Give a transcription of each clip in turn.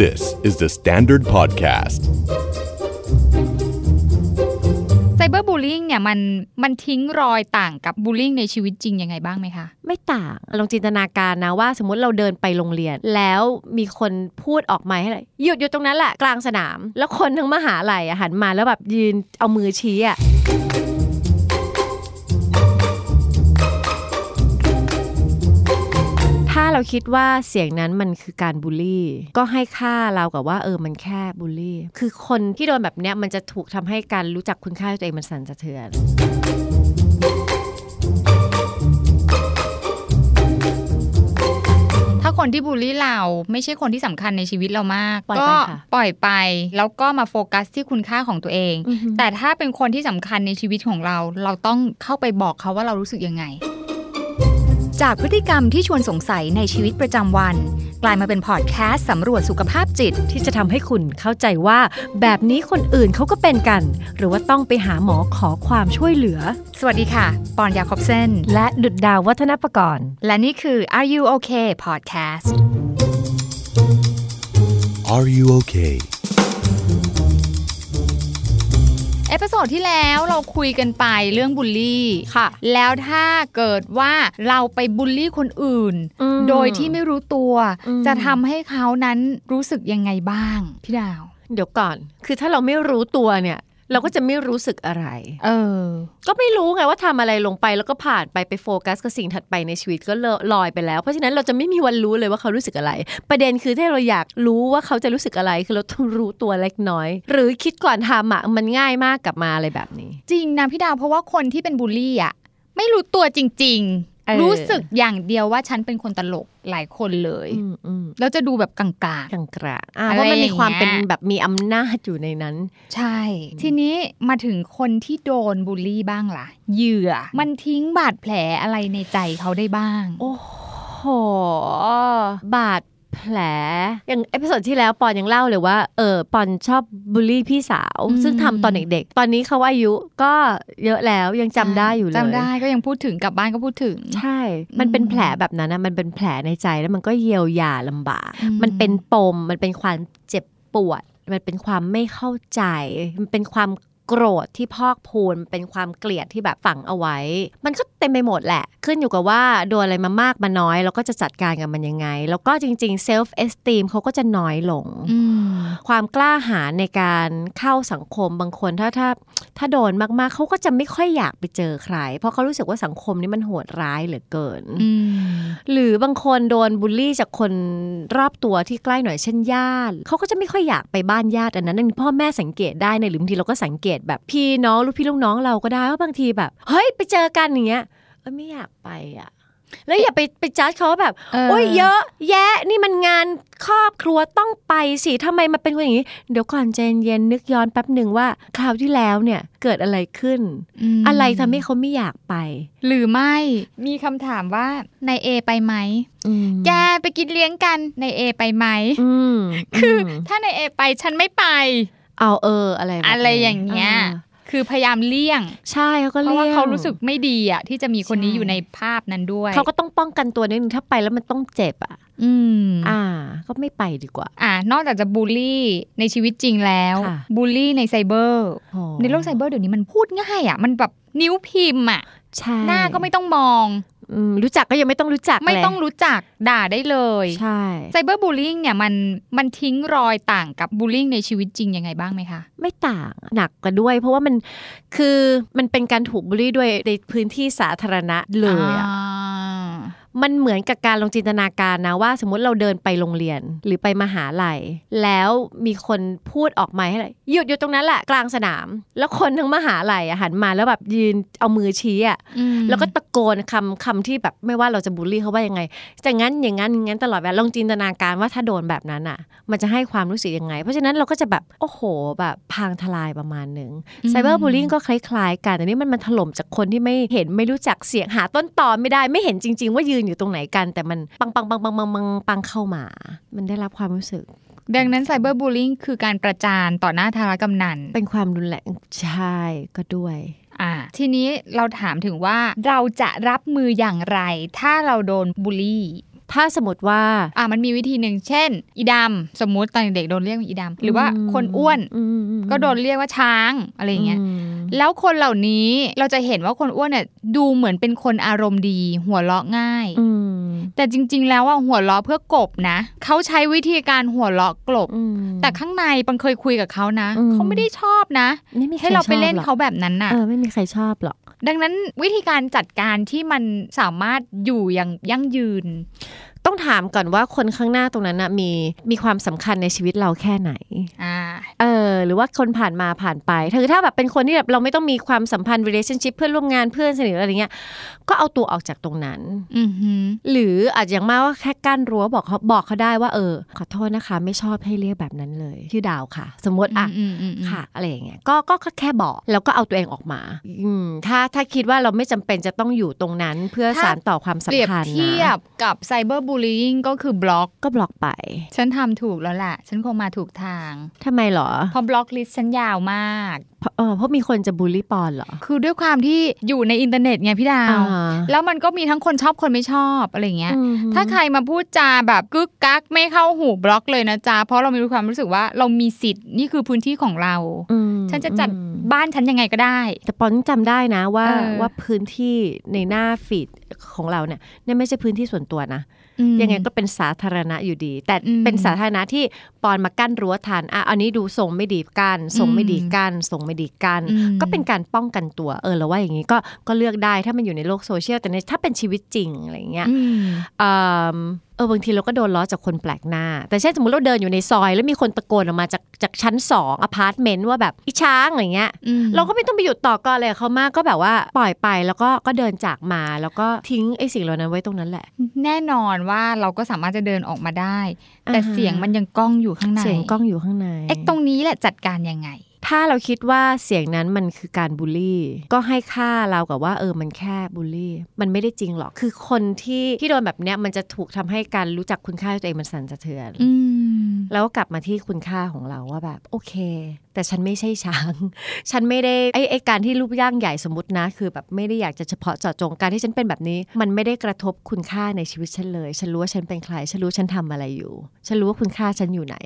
This is the Standard Podcast. ไซเบอร์บูลลิงเนี่ยมันมันทิ้งรอยต่างกับบูลลิงในชีวิตจริงยังไงบ้างไหมคะ ไม่ต่างลองจินตนาการนะว่า สมมติเราเดินไปโรงเรียน แล้วมีคนพูดออกไมาให้เลยหยุดอยู่ตรงนั้นแหละกลางสนาม แล้วคนทั้งมหาลัยอะหันมาแล้วแบบยืนเอามือชี้อะถ้าเราคิดว่าเสียงนั้นมันคือการบูลลี่ ก็ให้ค่าเรากับว่าเออมันแค่บูลลี่ คือคนที่โดนแบบเนี้ยมันจะถูกทำให้การรู้จักคุณค่าตัวเองมันสั่นสะเทือน ถ้าคนที่บูลลี่เราไม่ใช่คนที่สำคัญในชีวิตเรามาก ปล่อย ก็ ไปค่ะ ปล่อยไป แล้วก็มาโฟกัสที่คุณค่าของตัวเอง อือฮึ แต่ถ้าเป็นคนที่สำคัญในชีวิตของเรา เราต้องเข้าไปบอกเขาว่าเรารู้สึกยังไง จากพฤติกรรมที่ชวนสงสัยในชีวิตประจำวัน กลายมาเป็นพอดแคสต์สำรวจสุขภาพจิต ที่จะทำให้คุณเข้าใจว่าแบบนี้คนอื่นเขาก็เป็นกัน หรือว่าต้องไปหาหมอขอความช่วยเหลือ สวัสดีค่ะ ปอนยาคอบเซน และดุดดาววัฒนประกรณ์ และนี่คือ Are You Okay Podcast Are you okay? เอพิโซดที่แล้วเราคุยกันไปเรื่องบูลลี่ ค่ะ แล้วถ้าเกิดว่าเราไปบูลลี่คนอื่น โดยที่ไม่รู้ตัว อืม จะทำให้เขานั้นรู้สึกยังไงบ้าง พี่ดาว เดี๋ยวก่อน คือถ้าเราไม่รู้ตัวเนี่ย เราก็จะไม่รู้สึกอะไร เออ ก็ไม่รู้ไงว่าทำอะไรลงไปแล้วก็ผ่านไปไปโฟกัสกับสิ่งถัดไปในชีวิตก็เลอะลอยไปแล้ว เพราะฉะนั้นเราจะไม่มีวันรู้เลยว่าเขารู้สึกอะไร ประเด็นคือถ้าเราอยากรู้ว่าเขาจะรู้สึกอะไร คือเราต้องรู้ตัวเล็กน้อย หรือคิดก่อนทำอะมันง่ายมากกลับมาอะไรแบบนี้ จริงนะพี่ดาวเพราะว่าคนที่เป็นบูลลี่อ่ะไม่รู้ตัวจริง เออ ๆ รู้สึกอย่างเดียวว่าฉันเป็นคนตลกหลายคนเลย อืมอืม แล้วจะดูแบบกลาง กลางกระอ่า อะไร เพราะมันมีความ อย่างเงี้ เป็ยนแบบมีอำนาจอยู่ในนั้น ๆ ใช่ ทีนี้มาถึงคนที่โดนบูลลี่บ้างล่ะเหยื่อ มันทิ้งบาดแผลอะไรในใจเขาได้บ้าง โอ้โห บาดแผล อย่างเอพิโซดที่แล้วปอนยังเล่าเลยว่า เออปอนชอบบูลลี่พี่สาว อืม ซึ่งทำตอนเด็กๆ ตอนนี้เขาอายุก็เยอะแล้วยังจำได้อยู่เลย จำได้ก็ยังพูดถึงกลับบ้านก็พูดถึง ใช่ มันเป็น อืม แผลแบบนั้นนะมันเป็นแผลในใจแล้วมันก็เยียวยาลำบาก อืม มันเป็นปม มันเป็นความเจ็บปวด มันเป็นความไม่เข้าใจ มันเป็นความโกรธที่พอกพูนมันเป็นความเกลียดที่แบบฝังเอาไว้ มันก็เต็มไปหมดแหละ ขึ้นอยู่กับว่าโดนอะไรมามากมาน้อย แล้วก็จะจัดการกับมันยังไง แล้วก็จริงๆ self esteem เขาก็จะน้อยลง อืม ความกล้าหาญในการเข้าสังคมบางคนถ้าถ้าถ้าโดนมากๆเขาก็จะไม่ค่อยอยากไปเจอใคร เพราะเขารู้สึกว่าสังคมนี้มันโหดร้ายเหลือเกิน อืม หรือบางคนโดนบูลลี่จากคนรอบตัวที่ใกล้หน่อยเช่นญาติเขาก็จะไม่ค่อยอยากไปบ้านญาติอันนั้นนั่นพ่อแม่สังเกตได้ในยหรือบางทีเราก็สังเกตแบบพี่น้องลูกพี่ลูกน้องเราก็ได้ว่าบางทีแบบ เฮ้ยไปเจอกันอย่างเงี้ยเอ้ยไม่อยากไปอ่ะแล้วอย่าไปไปจัดเขาว่าแบบ เออ โอ้ยเยอะแยะนี่มันงานครอบครัวต้องไปสิทำไมมาเป็นคนอย่างนี้ เดี๋ยวก่อนใจเย็นๆนึกย้อนแป๊บหนึ่งว่าคราวที่แล้วเนี่ยเกิดอะไรขึ้น ม อะไรทำให้เขาไม่อยากไป หรือไม่มีคำถามว่านายเอไปไหม แกไปกินเลี้ยงกันนายเอไปไหม อืม คืออ ม ถ้านายเอไปฉันไม่ไป เอาเอออะไรแบบนี้ อะไรอย่างเงี้ย ออ คือพยายามเลี่ยง ใช่เขาก็ เพ เลี่ยราะงว่าเขารู้สึกไม่ดีอะที่จะมีคนนี้ ใช่ อยู่ในภาพนั้นด้วย เขาก็ต้องป้องกันตัวนิดนึงถ้าไปแล้วมันต้องเจ็บอ่ะ อืม อ่า ก็ไม่ไปดีกว่า อ่านอกจากจะบูลลี่ในชีวิตจริงแล้ว ค่ะ บูลลี่ในไซเบอร์ โอ้ ในโลกไซเบอร์เดี๋ยวนี้มันพูดง่ายอะมันแบบนิ้วพิมพ์อะ ใช่ หน้าก็ไม่ต้องมอง อืมรู้จักก็ยังไม่ต้องรู้จัก ไม่ เลย ต้องรู้จักด่าได้เลย ใช่ ไซเบอร์บูลลิงเนี่ยมันมันทิ้งรอยต่างกับบูลลิงในชีวิตจริงยังไงบ้างไหมคะ ไม่ต่างหนักกว่าด้วย เพราะว่ามันคือมันเป็นการถูกบูลลี่ด้วยในพื้นที่สาธารณะเลยอะ มันเหมือนกับการลองจินตนาการนะว่า สมมติเราเดินไปโรงเรียนหรือไปมหาลัย แล้วมีคนพูดออกมาให้เลยหยุดอยู่ตรงนั้นแหละกลางสนาม แล้วคนทั้งมหาลัยอะหันมาแล้วแบบยืนเอามือชี้อะ อืม แล้วก็ตะโกนคำคำที่แบบไม่ว่าเราจะบูลลี่เขาว่ายังไงจะงั้นอย่างนั้นอย่างนั้นตลอดเวลาลองจินตนาการว่าถ้าโดนแบบนั้นอะมันจะให้ความรู้สึกยังไง เพราะฉะนั้นเราก็จะแบบโอ้โหแบบพังทลายประมาณหนึ่ง ไซเบอร์บูลลิงก็คล้ายๆกันแต่นี่มันมันถล่มจากคนที่ไม่เห็นไม่รู้จักเสียงหาต้นตอไม่ได้ไม่เห็นจริง ๆ ว่ายืนอยู่ตรงไหนกัน แต่มันปังปังปังปังปังปังปังเข้ามา มันได้รับความรู้สึก ดังนั้นไซเบอร์บูลลิงคือการประจานต่อหน้าธารกำนัน เป็นความรุนแรงใช่ก็ด้วย อ่าทีนี้เราถามถึงว่าเราจะรับมืออย่างไร ถ้าเราโดนบูลลี่ ถ้าสมมติว่า อ่ะมันมีวิธีหนึ่งเช่น อีดำสมมุติตอนเด็กๆโดนเรียกว่าอีดำหรือว่าคนอ้วน อืมอืม ก็โดนเรียกว่าช้างอะไรอย่างเงี้ย อืม แล้วคนเหล่านี้เราจะเห็นว่าคนอ้วนเนี่ยดูเหมือนเป็นคนอารมณ์ดี หัวเราะง่าย อืม แต่จริง ๆ แล้วอ่ะหัวเราะเพื่อกลบนะเขาใช้วิธีการหัวเราะกลบ อืม แต่ข้างในปังเคยคุยกับเขานะ อืม เขาไม่ได้ชอบนะ ไม่มีค ให้เราไปเล่น ชอบหรอก เขาแบบนั้นน่ะ เออไม่มีใครชอบหรอก ดังนั้นวิธีการจัดการที่มันสามารถอยู่อย่างยั่งยืน ต้องถามก่อนว่าคนข้างหน้าตรงนั้นน่ะมีมีความสำคัญในชีวิตเราแค่ไหน อ่า เออหรือว่าคนผ่านมาผ่านไปถือถ้าแบบเป็นคนที่แบบเราไม่ต้องมีความสัมพันธ์ relationship เพื่อนร่วมงานเพื่อนสนิทอะไรเงี้ยก็เอาตัวออกจากตรงนั้น อือหือ หรืออาจจะอย่างมากว่าแค่กั้นรั้วบอกเขาบอกเขาได้ว่าเออ ขอโทษนะคะ ไม่ชอบให้เรียกแบบนั้นเลยชื่อดาวค่ะ สมมติอ่ะ มอืมอืม ค่ะอะไรอย่างเงี้ยก็ก็ก็แค่บอกแล้วก็เอาตัวเองออกมาอืมถ้าถ้าคิดว่าเราไม่จำเป็นจะต้องอยู่ตรงนั้นเพื่อสารต่อความสัม เปรียบ พันธ์ เทีย นะ บกับไซเบอร์บูล y ิ n งก็คือบล็อก ก็บล็อกไป ฉันทำถูกแล้วแหละฉันคงมาถูกทาง ทำไมเหรอ เพอบล็อกลิสต์ฉันยาวมาก เพราะเออเพราะมีคนจะบูลลี่ปอนเหรอ คือด้วยความที่อยู่ในอินเทอร์เน็ตไงพี่ดาว อ่า แล้วมันก็มีทั้งคนชอบคนไม่ชอบอะไรอย่างเงี้ย อืม ถ้าใครมาพูดจาแบบกึกกักไม่เข้าหูบล็อกเลยนะจ๊ะ เพราะเรามีความรู้สึกว่าเรามีสิทธิ์นี่คือพื้นที่ของเรา อืม ฉันจะจัด อืม บ้านฉันยังไงก็ได้ แต่ปอนจำได้นะว่า เออ ว่าพื้นที่ในหน้าฟีดของเราเนี่ยเนี่ยไม่ใช่พื้นที่ส่วนตัวนะ อืม ยังไงก็เป็นสาธารณะอยู่ดี แต่ อืม เป็นสาธารณะที่ปอนมากั้นรั้วทานอ่ะอันนี้ดูทรงไม่ดีกันทรงไม่ดีกันทรงไม่ดีกัน อืม ก็เป็นการป้องกันตัวเออแล้วว่าอย่างนี้ก็ก็เลือกได้ถ้ามันอยู่ในโลกโซเชียลแต่ในถ้าเป็นชีวิตจริงอะไรอย่างเงี้ย อืม เอิ่มเออบางทีเราก็โดนล้อจากคนแปลกหน้า แต่เช่นสมมติเราเดินอยู่ในซอย แล้วมีคนตะโกนออกมาจากจากชั้นสองอพาร์ตเมนต์ว่าแบบอีช้างอะไรเงี้ย อืม เราก็ไม่ต้องไปหยุดต่อก็เลยเขามากก็แบบว่าปล่อยไปแล้วก็ก็เดินจากมาแล้วก็ทิ้งไอ้สิ่งเหล่านั้นไว้ตรงนั้นแหละ แน่นอนว่าเราก็สามารถจะเดินออกมาได้ แต่ อ่าฮะ เสียงมันยังก้องอยู่ข้างใน เสียงกล้องอยู่ข้างใน เอ๊ะตรงนี้แหละจัดการยังไง ถ้าเราคิดว่าเสียงนั้นมันคือการบูลลี่ ก็ให้ค่าเรากับว่าเออมันแค่บูลลี่ มันไม่ได้จริงหรอกคือคนที่ที่โดนแบบเนี้ยมันจะถูกทำให้การรู้จักคุณค่าตัวเองมันสั่นสะเทือน อืม แล้วกลับมาที่คุณค่าของเราว่าแบบโอเค แต่ฉันไม่ใช่ช้าง ฉันไม่ได้ไอ้ไอ้การที่รูปร่างใหญ่สมมตินะ คือแบบไม่ได้อยากจะเฉพาะเจาะจงการที่ฉันเป็นแบบนี้ มันไม่ได้กระทบคุณค่าในชีวิตฉันเลย ฉันรู้ว่าฉันเป็นใคร ฉันรู้ฉันทำอะไรอยู่ ฉันรู้ว่าคุณค่าฉันอยู่ไหน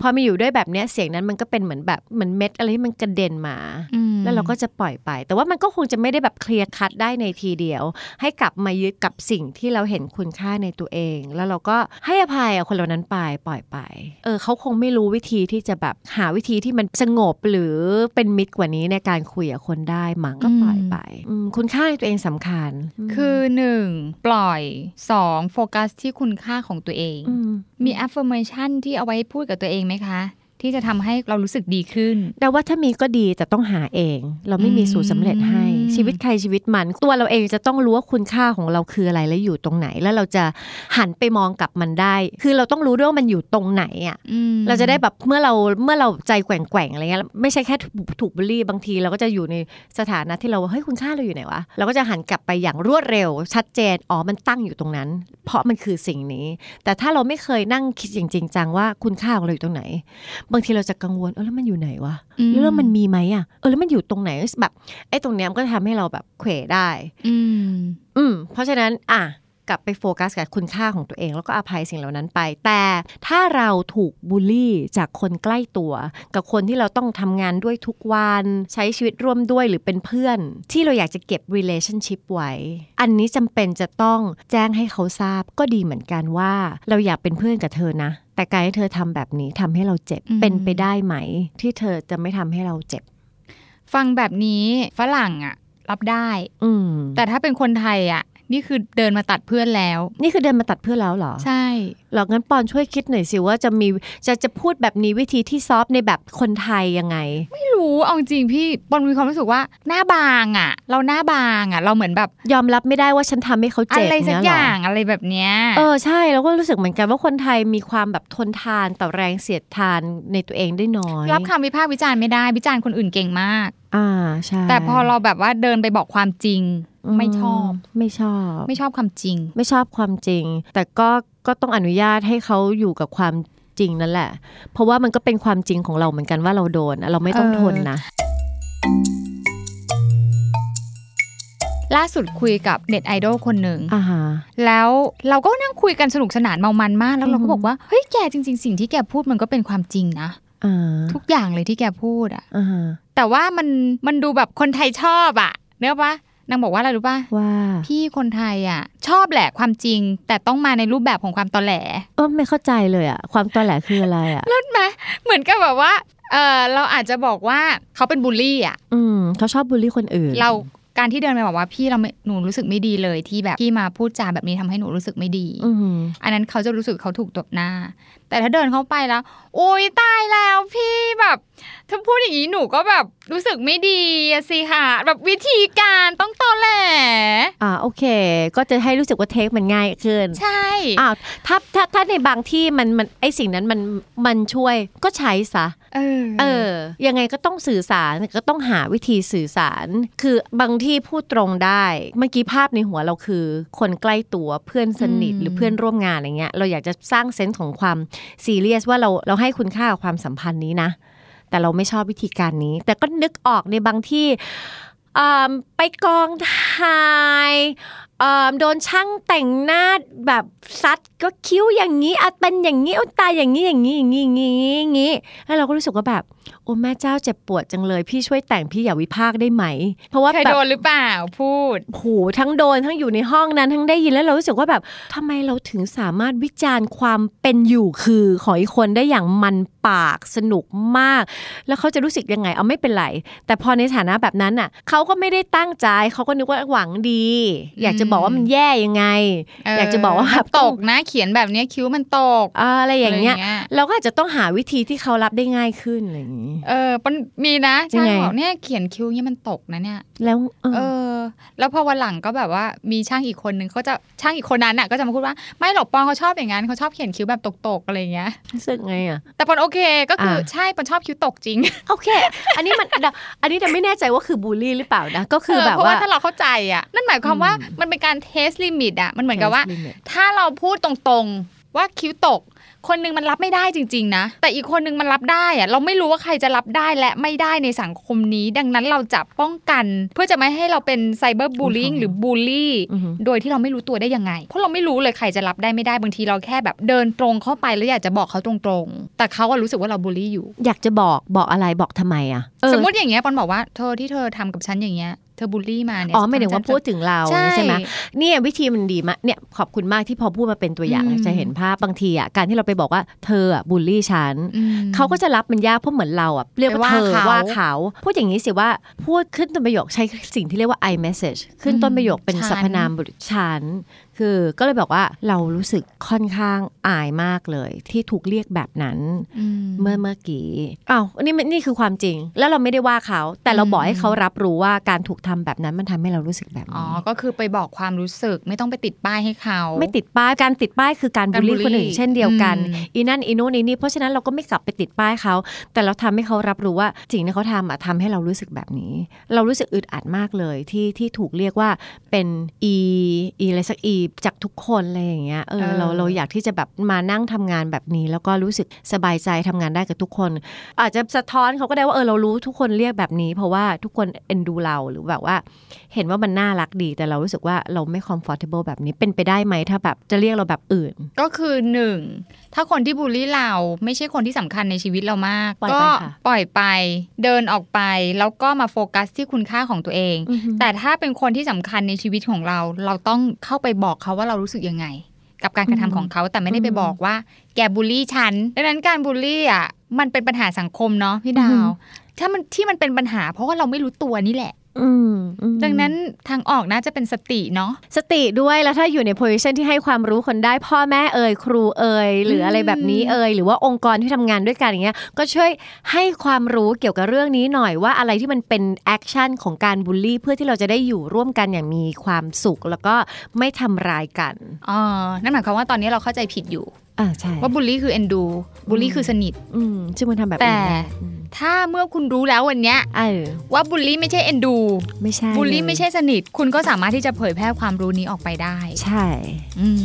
พอมาอยู่ด้วยแบบเนี้ยเสียงนั้นมันก็เป็นเหมือนแบบเหมือนเม็ดอะไรที่มันกระเด็นมา อืม แล้วเราก็จะปล่อยไป แต่ว่ามันก็คงจะไม่ได้แบบเคลียร์คัดได้ในทีเดียว ให้กลับมายึดกับสิ่งที่เราเห็นคุณค่าในตัวเอง แล้วเราก็ให้อภัยเอาคนเหล่านั้นไปปล่อยไป เออเขาคงไม่รู้วิธีที่จะแบบหาวิธีที่มันสงบหรือเป็นมิตรกว่านี้ในการคุยกับคนได้มั้งก็ปล่อยไปอืมคุณค่าในตัวเองสำคัญ คือหนึ่งปล่อยสองโฟกัสที่คุณค่าของตัวเอง อืม มี affirmation ที่เอาไว้พูดกับตัวเองไหมคะ ที่จะทำให้เรารู้สึกดีขึ้น แต่ว่าถ้ามีก็ดีแต่ต้องหาเอง เราไม่มีสูตรสำเร็จให้ อืม ชีวิตใครชีวิตมัน ตัวเราเองจะต้องรู้ว่าคุณค่าของเราคืออะไรและอยู่ตรงไหน แล้วเราจะหันไปมองกลับมันได้ คือเราต้องรู้ด้วยว่ามันอยู่ตรงไหนอ่ะ อืม เราจะได้แบบเมื่อเราเมื่อเราใจแกว่งๆอะไรเงี้ยไม่ใช่แค่ถูกบูลลี่บางทีเราก็จะอยู่ในสถานะที่เราว่าเฮ้ยคุณค่าเราอยู่ไหนวะเราก็จะหันกลับไปอย่างรวดเร็ว ชัดเจนอ๋อมันตั้งอยู่ตรงนั้น เพราะมันคือสิ่งนี้ แต่ถ้าเราไม่เคยนั่งคิดอย่างจริงจังว่าคุณค่าของเราอยู่ตรงไหน บางทีเราจะกังวลเออแล้วมันอยู่ไหนวะ อื แล้วมันมีไหมอ่ะเออแล้วมันอยู่ตรงไหนแบบไอ้ตรงเนี้ยมันก็ทำให้เราแบบเขวได้ อืม อืมเพราะฉะนั้นอ่ะกลับไปโฟกัสกับคุณค่าของตัวเอง แล้วก็อภัยสิ่งเหล่านั้นไป แต่ถ้าเราถูกบูลลี่จากคนใกล้ตัว กับคนที่เราต้องทำงานด้วยทุกวันใช้ชีวิตร่วมด้วยหรือเป็นเพื่อน ที่เราอยากจะเก็บ relationship ไว้ อันนี้จำเป็นจะต้องแจ้งให้เขาทราบก็ดีเหมือนกันว่า เราอยากเป็นเพื่อนกับเธอนะ แต่การที่เธอทำแบบนี้ทำให้เราเจ็บ อืม เป็นไปได้ไหม ที่เธอจะไม่ทำให้เราเจ็บ ฟังแบบนี้ฝรั่งอะรับได้ อืม แต่ถ้าเป็นคนไทยอะนี่คือเดินมาตัดเพื่อนแล้ว นี่คือเดินมาตัดเพื่อนแล้วเหรอ ใช่ หรองั้นปอนช่วยคิดหน่อยสิว่าจะมีจะจะพูดแบบนี้วิธีที่ซอฟต์ในแบบคนไทยยังไง ไม่รู้เอาจริงพี่บอลมีความรู้สึกว่าหน้าบางอะเราหน้าบางอะเราเหมือนแบบ ยอมรับไม่ได้ว่าฉันทำให้เขา อะ เจ็บ ไรสักอเนี้ยเหรอย่าง อะไรแบบเนี้ย เออใช่แล้วก็รู้สึกเหมือนกันว่าคนไทยมีความแบบทนทานต่อแรงเสียดทานในตัวเองได้น้อย รับคำวิพากษ์วิจารณ์ไม่ได้วิจารณ์คนอื่นเก่งมาก อ่าใช่ แต่พอเราแบบว่าเดินไปบอกความจริง ม ไม่ชอบ ไม่ชอบ ไม่ชอบความจริง ไม่ชอบความจริง แต่ก็ก็ต้องอนุญาตให้เขาอยู่กับความจริงนั่นแหละ เพราะว่ามันก็เป็นความจริงของเราเหมือนกันว่าเราโดนอะเราไม่ต้อง เออ ทนนะ ล่าสุดคุยกับเน็ตไอดอลคนหนึ่ง อ่าฮะ แล้วเราก็นั่งคุยกันสนุกสนานเมามันมาก แล้วเรา อื ก็ อฮึ บอกว่า เฮ้ยแกจริง ๆ สิ่งที่แกพูดมันก็เป็นความจริงนะ อ่า ทุกอย่างเลยที่แกพูดอะ อ่าฮะ แต่ว่ามันมันดูแบบคนไทยชอบอะเนื้ออกปะนางบอกว่าอะไรรู้ปะ ว่า พี่คนไทยอะชอบแหละความจริง แต่ต้องมาในรูปแบบของความตอแหล เออไม่เข้าใจเลยอ่ะ ความตอแหลคืออะไรอ่ะ เลิศไหมเหมือนกับแบบว่าเออเราอาจจะบอกว่าเขาเป็นบูลลี่อะ อืมเขาชอบบูลลี่คนอื่น เราการที่เดินไปบอกว่าพี่เราไม่หนูรู้สึกไม่ดีเลยที่แบบพี่มาพูดจาแบบนี้ทำให้หนูรู้สึกไม่ดี อืม อันนั้นเขาจะรู้สึกเขาถูกตบหน้า แต่ถ้าเดินเข้าไปแล้ว โอ๊ยตายแล้วพี่แบบถ้าพูดอย่างนี้หนูก็แบบรู้สึกไม่ดีอะสิค่ะแบบวิธีการต้องตอแหล อ่าโอเค ก็จะให้รู้สึกว่าเทคมันง่ายขึ้น ใช่ อ้าวถ้าถ้าถ้าในบางที่มันมันไอสิ่งนั้นมันมันช่วยก็ใช้ซะ เออ เออ ยังไงก็ต้องสื่อสารก็ต้องหาวิธีสื่อสาร คือบางที่พูดตรงได้ เมื่อกี้ภาพในหัวเราคือ คนใกล้ตัวเพื่อนสนิทหรือเพื่อนร่วมงานอะไรเงี้ย เราอยากจะสร้างเซนส์ของความซีเรียสว่าเราเราให้คุณค่ากับความสัมพันธ์นี้นะ แต่เราไม่ชอบวิธีการนี้ แต่ก็นึกออกในบางที่อ่าไปกองถ่ายอ่าโดนช่างแต่งหน้าแบบซัดก็คิ้วอย่างนี้อะเป็นอย่างนี้อุยตายอย่างนี้อย่างนี้อย่างนี้อย่างนี้อย่างนี้ แล้วเราก็รู้สึกว่าแบบ โอ้แม่เจ้าเจ็บปวดจังเลย พี่ช่วยแต่งพี่อย่าวิพากษ์ได้ไหม เพราะว่า เคย แบบ โดนหรือเปล่าพูด โอ้โหทั้งโดนทั้งอยู่ในห้องนั้นทั้งได้ยินแล้วเรารู้สึกว่าแบบทำไมเราถึงสามารถวิจารณ์ความเป็นอยู่คือของอีกคนได้อย่างมันปากสนุกมาก แล้วเขาจะรู้สึกยังไงเอาไม่เป็นไรแต่พอในฐานะแบบนั้นน่ะเขาก็ไม่ได้ตั้งใจเขาก็นึกว่าหวังดี อยากจะบอกว่ามันแย่ยังไง เ อยากจะบอกว่าแบบ ตกนะเขียนแบบเนี้ยคิ้วมันตก อ่าอะไรอย่างเงี้ย ะไร เราก็อาจจะต้องหาวิธีที่เขารับได้ง่ายขึ้นอะไรอย่างงี้ เออมันมีนะ ยั ช่าง งไง บอกเนี่ยเขียนคิ้วเนี่ยมันตกนะเนี่ย แล้วเออ เออแล้วพอวันหลังก็แบบว่ามีช่างอีกคนนึงเขาจะช่างอีกคนนั้นน่ะก็จะมาพูดว่าไม่หรอกปองเขาชอบอย่างนั้นเขาชอบเขียนคิ้วแบบตกๆอะไรอย่างเงี้ย รู้สึกไงอ่ะ แต่ปอนโอเคก็คืออา ใช่ปอนชอบคิ้วตกจริง โอเค อันนี้มัน อันนี้แต่ไม่แน่ใจว่าคือบูลลี่หรือเปล่านะ ก็คือ เออ แบบ เพราะ ว่า ว่าถ้าเราเข้าใจอ่ะนั่นหมายความว่ามันเป็นการเทสลิมิตอ่ะมันเหมือนกับว่า ถ้าเราพูดตรงๆว่าคิ้วตก คนหนึงมันรับไม่ได้จริง ๆ นะ แต่อีกคนหนึงมันรับได้อะเราไม่รู้ว่าใครจะรับได้และไม่ได้ในสังคมนี้ ดังนั้นเราจะป้องกัน เพื่อจะไม่ให้เราเป็นไซเบอร์บูลลิงหรือบูลลี่ อือหือ โดยที่เราไม่รู้ตัวได้ยังไง เพราะเราไม่รู้เลยใครจะรับได้ไม่ได้บางทีเราแค่แบบเดินตรงเข้าไปแล้วอยากจะบอกเขาตรงๆ แต่เขาอะรู้สึกว่าเราบูลลี่อยู่ อยากจะบอกบอกอะไรบอกทำไมอ่ะเออ สมมติอย่างเงี้ยปอนบอกว่าเธอที่เธอทำกับฉันอย่างเงี้ยเธอบูลลี่มาเนี่ย อ๋อไม่ถึงว่าพูดถึงเรา ใช่ ใช่ไหมเนี่ยวิธีมันดีมากเนี่ยขอบคุณมากที่พอพูดมาเป็นตัวอย่าง อืม จะเห็นภาพบางทีอ่ะการที่เราไปบอกว่าเธออ่ะบูลลี่ฉัน อืม เขาก็จะรับมันยากเพราะเหมือนเราอ่ะเรียกว่า ไป เธ ว่าเขาอว่าเขา พูดอย่างนี้สิว่าพูดขึ้นต้นประโยคใช้สิ่งที่เรียกว่า I message ขึ้นต้นประโยคเป็น ฉัน สรรพนามบุรุษฉันคือก็เลยบอกว่าเรารู้สึกค่อนข้างอายมากเลย ที่ถูกเรียกแบบนั้น อืม เมื่อเมื่อกี้อ้าวนี่มันนี่คือความจริง แล้วเราไม่ได้ว่าเขา แต่เรา อืม บอกให้เขารับรู้ว่าการถูกทำแบบนั้นมันทำให้เรารู้สึกแบบ อ๋อ นี้ ก็คือไปบอกความรู้สึกไม่ต้องไปติดป้ายให้เขา ไม่ติดป้ายการติดป้ายคือการ การ บูลลี่คนอื่น บูลลี่ เช่นเดียวกัน อืม อีนั่นอีโน่นอีนี่เพราะฉะนั้นเราก็ไม่กลับไปติดป้ายเขา แต่เราทำให้เขารับรู้ว่าสิ่งที่เขาทำอะทำให้เรารู้สึกแบบนี้ เรารู้สึกอึดอัดมากเลยที่ที่ถูกเรียกว่าเป็นอีอีอะไรสักอีจากทุกคนอะไรอย่างเงี้ยเออเราเราอยากที่จะแบบมานั่งทำงานแบบนี้ แล้วก็รู้สึกสบายใจทำงานได้กับทุกคน อาจจะสะท้อนเขาก็ได้ว่าเออเรารู้ทุกคนเรียกแบบนี้ เพราะว่าทุกคนเอ็นดูเราหรือแบบว่า เห็นว่ามันน่ารักดี แต่เรารู้สึกว่าเราไม่ comfortable แบบนี้เป็นไปได้ไหมถ้าแบบจะเรียกเราแบบอื่น ก็คือหนึ่งถ้าคนที่บูลลี่เราไม่ใช่คนที่สำคัญในชีวิตเรามาก ปล่อย ก็ ไปค่ะ ปล่อยไป เดินออกไป แล้วก็มาโฟกัสที่คุณค่าของตัวเอง แต่ถ้าเป็นคนที่สำคัญในชีวิตของเรา เราต้องเข้าไปบอกเขาว่าเรารู้สึกยังไง กับการกระทำของเขาแต่ไม่ได้ไปบอกว่า แกบูลลี่ฉันดังนั้นการบูลลี่อ่ะมันเป็นปัญหาสังคมเนาะพี่ดา อื ว ม ถ้ามันที่มันเป็นปัญหา เพราะว่าเราไม่รู้ตัวนี่แหละ อืมอืม ดังนั้นทางออกน่าจะเป็นสติเนาะ สติด้วยแล้วถ้าอยู่ในโพ i ิชันที่ให้ความรู้คนได้พ่อแม่เอ่ยครูเอ่ยหรืออะไรแบบนี้เอ่ยหรือว่าองค์กรที่ทำงานด้วยกันอย่างเงี้ยก็ช่วยให้ความรู้เกี่ยวกับเรื่องนี้หน่อยว่าอะไรที่มันเป็นแอคชั่นของการบูลลี่เพื่อที่เราจะได้อยู่ร่วมกันอย่างมีความสุข แล้วก็ไม่ทำร้ายกัน อ๋อ นั่นหมายความว่าตอนนี้เราเข้าใจผิดอยู่ อ่าใช่ ว่าบูลลี่คือเอ็นดู บูลลี่คือสนิท อืมซึ่งมันทำแบบ แต่ อื่นได้อืม ถ้าเมื่อคุณรู้แล้ววันเนี้ย เออ ว่าบูลลี่ไม่ใช่เอ็นดู ไม่ใช่ บูลลี่ เย ไม่ใช่สนิท คุณก็สามารถที่จะเผยแพร่ความรู้นี้ออกไปได้ ใช่ อืม